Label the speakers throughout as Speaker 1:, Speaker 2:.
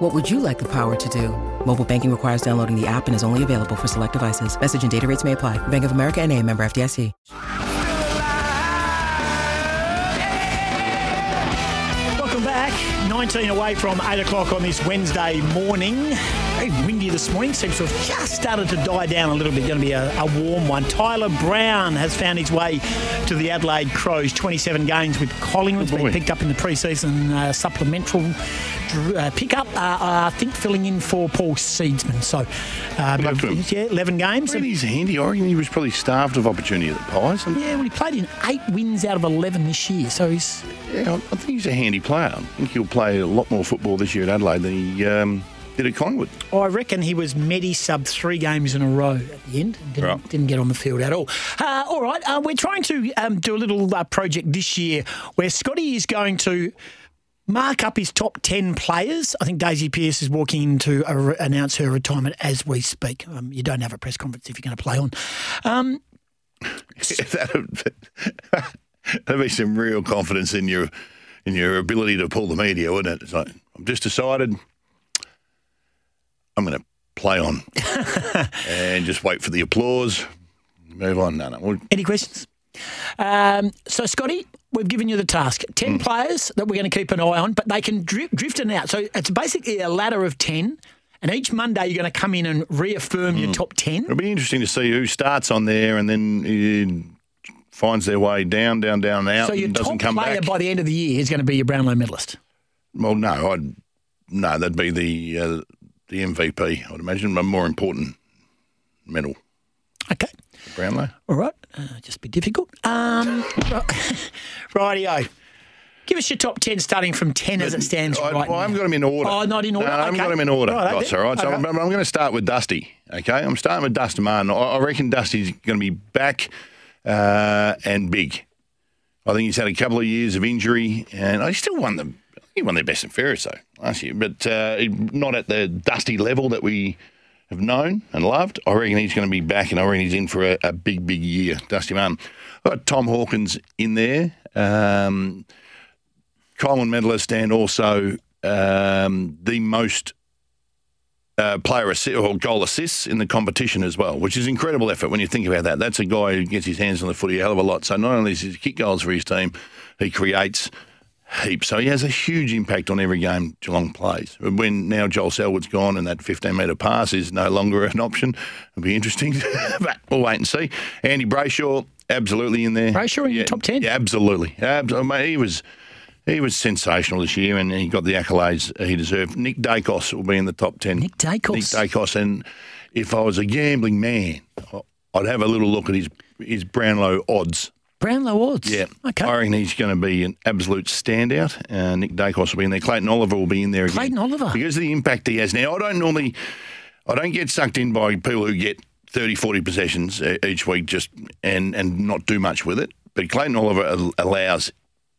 Speaker 1: What would you like the power to do? Mobile banking requires downloading the app and is only available for select devices. Message and data rates may apply. Bank of America and a member FDIC.
Speaker 2: Welcome back. 19 away from 8 o'clock on this Wednesday morning. Very windy this morning. Seems to have just started to die down a little bit. Going to be a, a warm one. Tyler Brown has found his way to the Adelaide Crows. 27 games with Collingwood. It's been
Speaker 3: Oh, boy.
Speaker 2: picked up in the preseason uh, supplemental dr- uh, pickup. Uh, uh, I think filling in for Paul Seedsman. So, uh,
Speaker 3: luck to him.
Speaker 2: yeah, 11 games.
Speaker 3: Reckon he's handy. I reckon he was probably starved of opportunity at the Pies. And
Speaker 2: Yeah, well, he played in eight wins out of 11 this year. So he's
Speaker 3: yeah, I I think he's a handy player. I think he'll play a lot more football this year at Adelaide than he um, did at Collingwood.
Speaker 2: I reckon he was Medi sub three games in a row at the end. Didn't,
Speaker 3: Right.
Speaker 2: didn't get on the field at all. Uh, all right, uh, we're trying to um, do a little uh, project this year where Scotty is going to mark up his top 10 players. I think Daisy Pearce is walking in to uh, re- announce her retirement as we speak. Um, you don't have a press conference if you're going to play on. Um,
Speaker 3: that'd, that'd be some real confidence in your in your ability to pull the media, wouldn't it? It's like I've just decided I'm going to play on and just wait for the applause. Move on. No, no. Well,
Speaker 2: any questions? Um, so, Scotty, we've given you the task 10
Speaker 3: Mm.
Speaker 2: players that we're going to keep an eye on, but they can drift, drift in and out. So, it's basically a ladder of 10. And each Monday, you're going to come in and reaffirm
Speaker 3: Mm.
Speaker 2: your top 10.
Speaker 3: It'll be interesting to see who starts on there and then uh, finds their way down, down, down, and out,
Speaker 2: So, your
Speaker 3: and doesn't
Speaker 2: top
Speaker 3: come
Speaker 2: player
Speaker 3: back.
Speaker 2: by the end of the year is going to be your Brownlow medalist.
Speaker 3: well, no, I'd no, that'd be the uh, the MVP. I'd imagine a more important medal.
Speaker 2: Okay.
Speaker 3: Brownlow.
Speaker 2: All right. Uh, just be difficult. Um, right- Rightio. Give us your top 10 starting from 10 as it stands right
Speaker 3: I, well, I
Speaker 2: now.
Speaker 3: haven't got them in order.
Speaker 2: Oh, not in order.
Speaker 3: No, I haven't
Speaker 2: Okay.
Speaker 3: got them in order.
Speaker 2: All right,
Speaker 3: That's
Speaker 2: then.
Speaker 3: all right. So
Speaker 2: Okay.
Speaker 3: I'm, I'm going to start with Dusty. Okay, I'm starting with Dusty Martin. I, I reckon Dusty's going to be back uh, and big. I think he's had a couple of years of injury, and he still won the he won their best and fairest though last year, but uh, he- not at the Dusty level that we have known and loved. I reckon he's going to be back, and I reckon he's in for a, a big, big year. Dusty Martin. I've got Tom Hawkins in there. Um, Coleman medalist and also um, the most uh, player assi- or goal assists in the competition as well, which is incredible effort when you think about that. That's a guy who gets his hands on the footy a hell of a lot. So not only is he kick goals for his team, he creates heaps. So he has a huge impact on every game Geelong plays. When now Joel Selwood's gone and that 15 metre pass is no longer an option, it'll be interesting. but we'll wait and see. Andy Brayshaw, absolutely in there.
Speaker 2: Brayshaw in your
Speaker 3: Yeah,
Speaker 2: top 10?
Speaker 3: Yeah, absolutely. Abs- I mean, he was. He was sensational this year, and he got the accolades he deserved. Nick Dacos will be in the top ten.
Speaker 2: Nick Dacos.
Speaker 3: Nick Dacos, and if I was a gambling man, I- I'd have a little look at his his Brownlow odds.
Speaker 2: Brownlow odds.
Speaker 3: Yeah,
Speaker 2: Okay.
Speaker 3: I reckon he's going to be an absolute standout. Uh, Nick Dacos will be in there. Clayton Oliver will be in there again.
Speaker 2: Clayton Oliver.
Speaker 3: because of the impact he has. Now, I don't normally, I don't get sucked in by people who get 30, 40 possessions e- each week just and and not do much with it. But Clayton Oliver al- allows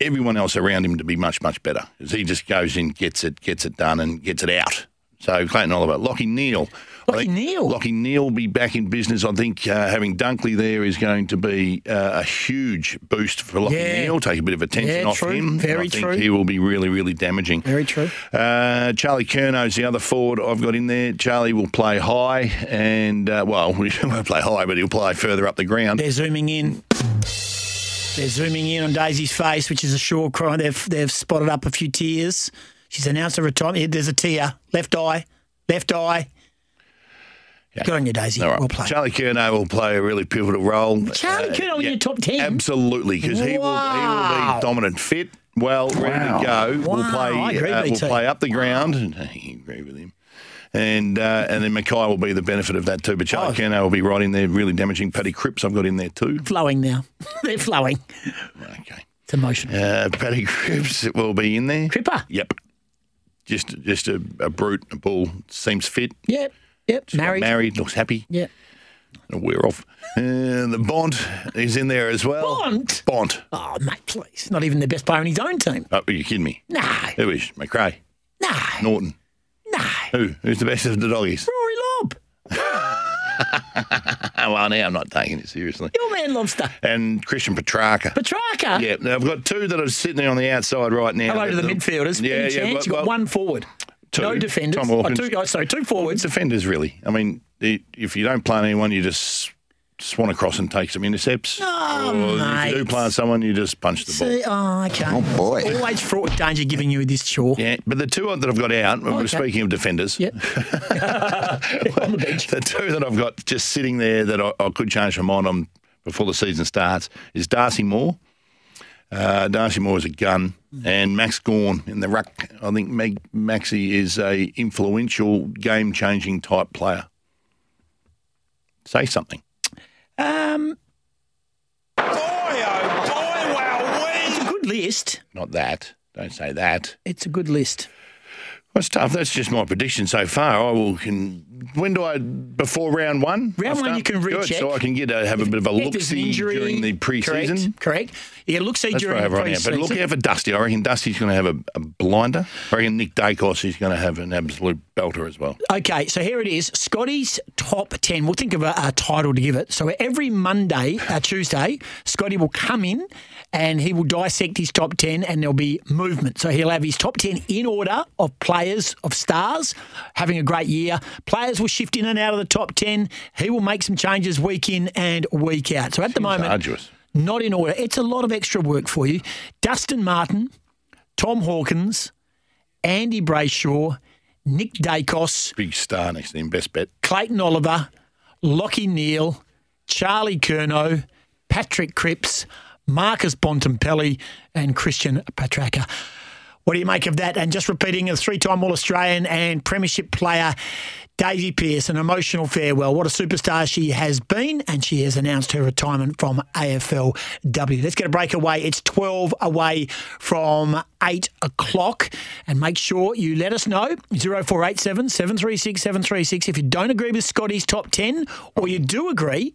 Speaker 3: everyone else around him to be much much better because he just goes in, gets it, gets it done, and gets it out. So Clayton Oliver, Lockie Neal. I
Speaker 2: Lachie
Speaker 3: think
Speaker 2: Neale.
Speaker 3: Lachie Neale will be back in business. I think uh, having Dunkley there is going to be uh, a huge boost for Lockie
Speaker 2: Yeah.
Speaker 3: Neal. Take a bit of attention
Speaker 2: Yeah,
Speaker 3: off
Speaker 2: true.
Speaker 3: him.
Speaker 2: Very
Speaker 3: I think
Speaker 2: true.
Speaker 3: He will be really, really damaging.
Speaker 2: Very true.
Speaker 3: Uh, Charlie Kerno's the other forward I've got in there. Charlie will play high and, uh, well, he won't play high, but he'll play further up the ground.
Speaker 2: They're zooming in. They're zooming in on Daisy's face, which is a sure crime. They've they've spotted up a few tears. She's announced her retirement. Yeah, There's a tear. Left eye. Left eye. Good on you, Daisy.
Speaker 3: All right.
Speaker 2: Well played.
Speaker 3: Charlie Kerno will play a really pivotal role. Uh,
Speaker 2: Charlie Curnow in your top 10?
Speaker 3: Absolutely, because he, will, he will
Speaker 2: Wow.
Speaker 3: be dominant, fit, well, ready to go.
Speaker 2: Wow,
Speaker 3: We'll
Speaker 2: I agree
Speaker 3: play, uh,
Speaker 2: with you
Speaker 3: we'll
Speaker 2: too.
Speaker 3: play up the ground. I agree with him. And uh, and then Mackay will be the benefit of that too. But
Speaker 2: Oh.
Speaker 3: Charlie Kerno will be right in there, really damaging. Paddy Cripps I've got in there too.
Speaker 2: Flowing now. They're flowing.
Speaker 3: Okay.
Speaker 2: It's emotional.
Speaker 3: Uh, Paddy Cripps will be in there.
Speaker 2: Cripper.
Speaker 3: Yep. Just just a, a brute, a bull, seems fit.
Speaker 2: Yep. Yep.
Speaker 3: Got
Speaker 2: Married.
Speaker 3: Married, looks happy.
Speaker 2: Yep.
Speaker 3: We're off. And the Bond is in there as well.
Speaker 2: Bond?
Speaker 3: Bond.
Speaker 2: Oh, mate, please. Not even the best player in his own team.
Speaker 3: Oh, are you kidding me?
Speaker 2: No,
Speaker 3: Who is? McRae.
Speaker 2: no,
Speaker 3: Norton.
Speaker 2: no.
Speaker 3: Who? Who's the best of the doggies?
Speaker 2: Rory Lobb,
Speaker 3: Oh, well, now I'm not taking it seriously.
Speaker 2: your man Lobster.
Speaker 3: And Christian Petrarca.
Speaker 2: Petrarca.
Speaker 3: Yeah, now I've got two that are sitting there on the outside right now.
Speaker 2: Hello to the,
Speaker 3: The-
Speaker 2: midfielders.
Speaker 3: Yeah,
Speaker 2: Any
Speaker 3: yeah.
Speaker 2: chance?
Speaker 3: well-
Speaker 2: You've got
Speaker 3: well,
Speaker 2: one forward.
Speaker 3: two.
Speaker 2: No defenders.
Speaker 3: Tom
Speaker 2: Oh,
Speaker 3: Hawkins.
Speaker 2: two, oh, sorry, two forwards.
Speaker 3: Defenders, really. I mean, i- if you don't play anyone, you just swan across and take some intercepts.
Speaker 2: Oh,
Speaker 3: or if
Speaker 2: mate.
Speaker 3: you do play someone, you just punch the ball.
Speaker 2: See, oh, okay.
Speaker 4: Oh, boy.
Speaker 2: Always fraught with danger giving you this chore.
Speaker 3: Yeah, but the two that I've got out, we're
Speaker 2: okay.
Speaker 3: speaking of defenders,
Speaker 2: Yep. On the bench.
Speaker 3: the two that I've got just sitting there that I, I could change my mind on before the season starts is Darcy Moore. Uh, Darcy Moore is a gun,
Speaker 2: Mm.
Speaker 3: and Max Gorn in the ruck. I think Meg, Maxi is a influential, game-changing type player. Say something.
Speaker 2: Um,
Speaker 5: Boy, oh boy, wowee!
Speaker 2: it's a good list.
Speaker 3: Not that. Don't say that.
Speaker 2: It's a good list.
Speaker 3: Well, it's tough. That's just my prediction so far. I will can. When do I? Before round one.
Speaker 2: Round
Speaker 3: I
Speaker 2: one
Speaker 3: start?
Speaker 2: you can
Speaker 3: Good,
Speaker 2: recheck.
Speaker 3: so I can get a, have a bit of a
Speaker 2: If
Speaker 3: look
Speaker 2: there's
Speaker 3: see
Speaker 2: injury-
Speaker 3: during the
Speaker 2: Correct.
Speaker 3: pre-season.
Speaker 2: Correct. Yeah, look see
Speaker 3: That's
Speaker 2: during
Speaker 3: what I have
Speaker 2: the
Speaker 3: right now. But
Speaker 2: pre-season.
Speaker 3: look out for Dusty. I reckon Dusty's going to have a, a blinder. I reckon Nick Dacos is going to have an absolute belter as well.
Speaker 2: Okay, so here it is. Scotty's top 10. We'll think of a, a title to give it. So every Monday, uh, Tuesday, Scotty will come in and he will dissect his top 10 and there'll be movement. So he'll have his top 10 in order of players, of stars, having a great year. Players will shift in and out of the top 10. He will make some changes week in and week out. So at the moment,
Speaker 3: Arduous.
Speaker 2: not in order. It's a lot of extra work for you. Dustin Martin, Tom Hawkins, Andy Brayshaw, Nick Dacos,
Speaker 3: Big star next to him. Best bet.
Speaker 2: Clayton Oliver, Lockie Neal, Charlie Curnow, Patrick Cripps, Marcus Bontempelli, and Christian Petraka. What do you make of that? And just repeating, a three-time All-Australian and Premiership player, Daisy Pearce, an emotional farewell. What a superstar she has been, and she has announced her retirement from AFLW. Let's get a break away. It's 12 away from 8 o'clock. And make sure you let us know, 0487 736 736. If you don't agree with Scotty's top 10, or you do agree,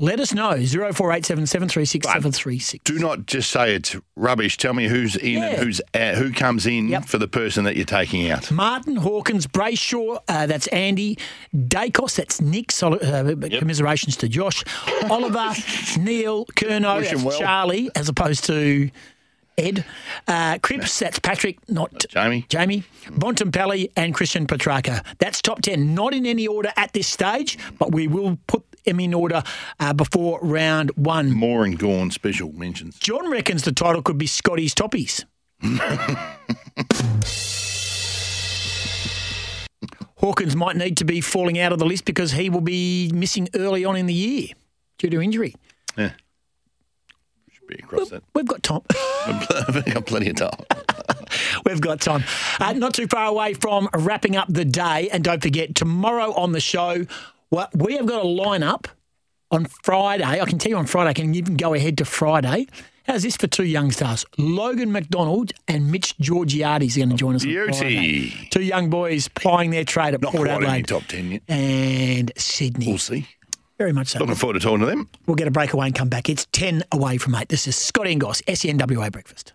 Speaker 2: let us know, 0487 736 736.
Speaker 3: Do not just say it's rubbish. Tell me who's in and
Speaker 2: Yeah.
Speaker 3: who's out, who comes in
Speaker 2: Yep.
Speaker 3: for the person that you're taking out.
Speaker 2: Martin, Hawkins, Brayshaw, uh, that's Andy, Dacos, that's Nick, so, uh, commiserations to Josh, Oliver, Neil, Kerno,
Speaker 3: Wish him
Speaker 2: that's
Speaker 3: well.
Speaker 2: Charlie, as opposed to Ed, uh, Cripps, that's Patrick, not
Speaker 3: Jamie.
Speaker 2: Jamie, Bontempelli, and Christian Petrarca. That's top 10, not in any order at this stage, but we will put them in order uh, before round one.
Speaker 3: Moore and Gorn special mentions.
Speaker 2: John reckons the title could be Scotty's Toppies. Hawkins might need to be falling out of the list because he will be missing early on in the year due to injury.
Speaker 3: Yeah. Should be across that.
Speaker 2: We've got Tom.
Speaker 3: I've got plenty of time.
Speaker 2: We've got time. Uh, not too far away from wrapping up the day. And don't forget, tomorrow on the show, well, we have got a lineup on Friday. I can tell you on Friday, I can even go ahead to Friday. How's this for two young stars? Logan McDonald and Mitch Georgiades are going to join us. on Friday.
Speaker 3: Beauty.
Speaker 2: Two young boys plying their trade at
Speaker 3: Not
Speaker 2: Port
Speaker 3: quite in the
Speaker 2: Adelaide
Speaker 3: top 10 yet.
Speaker 2: and Sydney.
Speaker 3: We'll see.
Speaker 2: Very much so.
Speaker 3: Looking forward to talking to them.
Speaker 2: We'll get E a breakaway and come back. It's 10 away from 8. This is Scott Engos, SENWA Breakfast.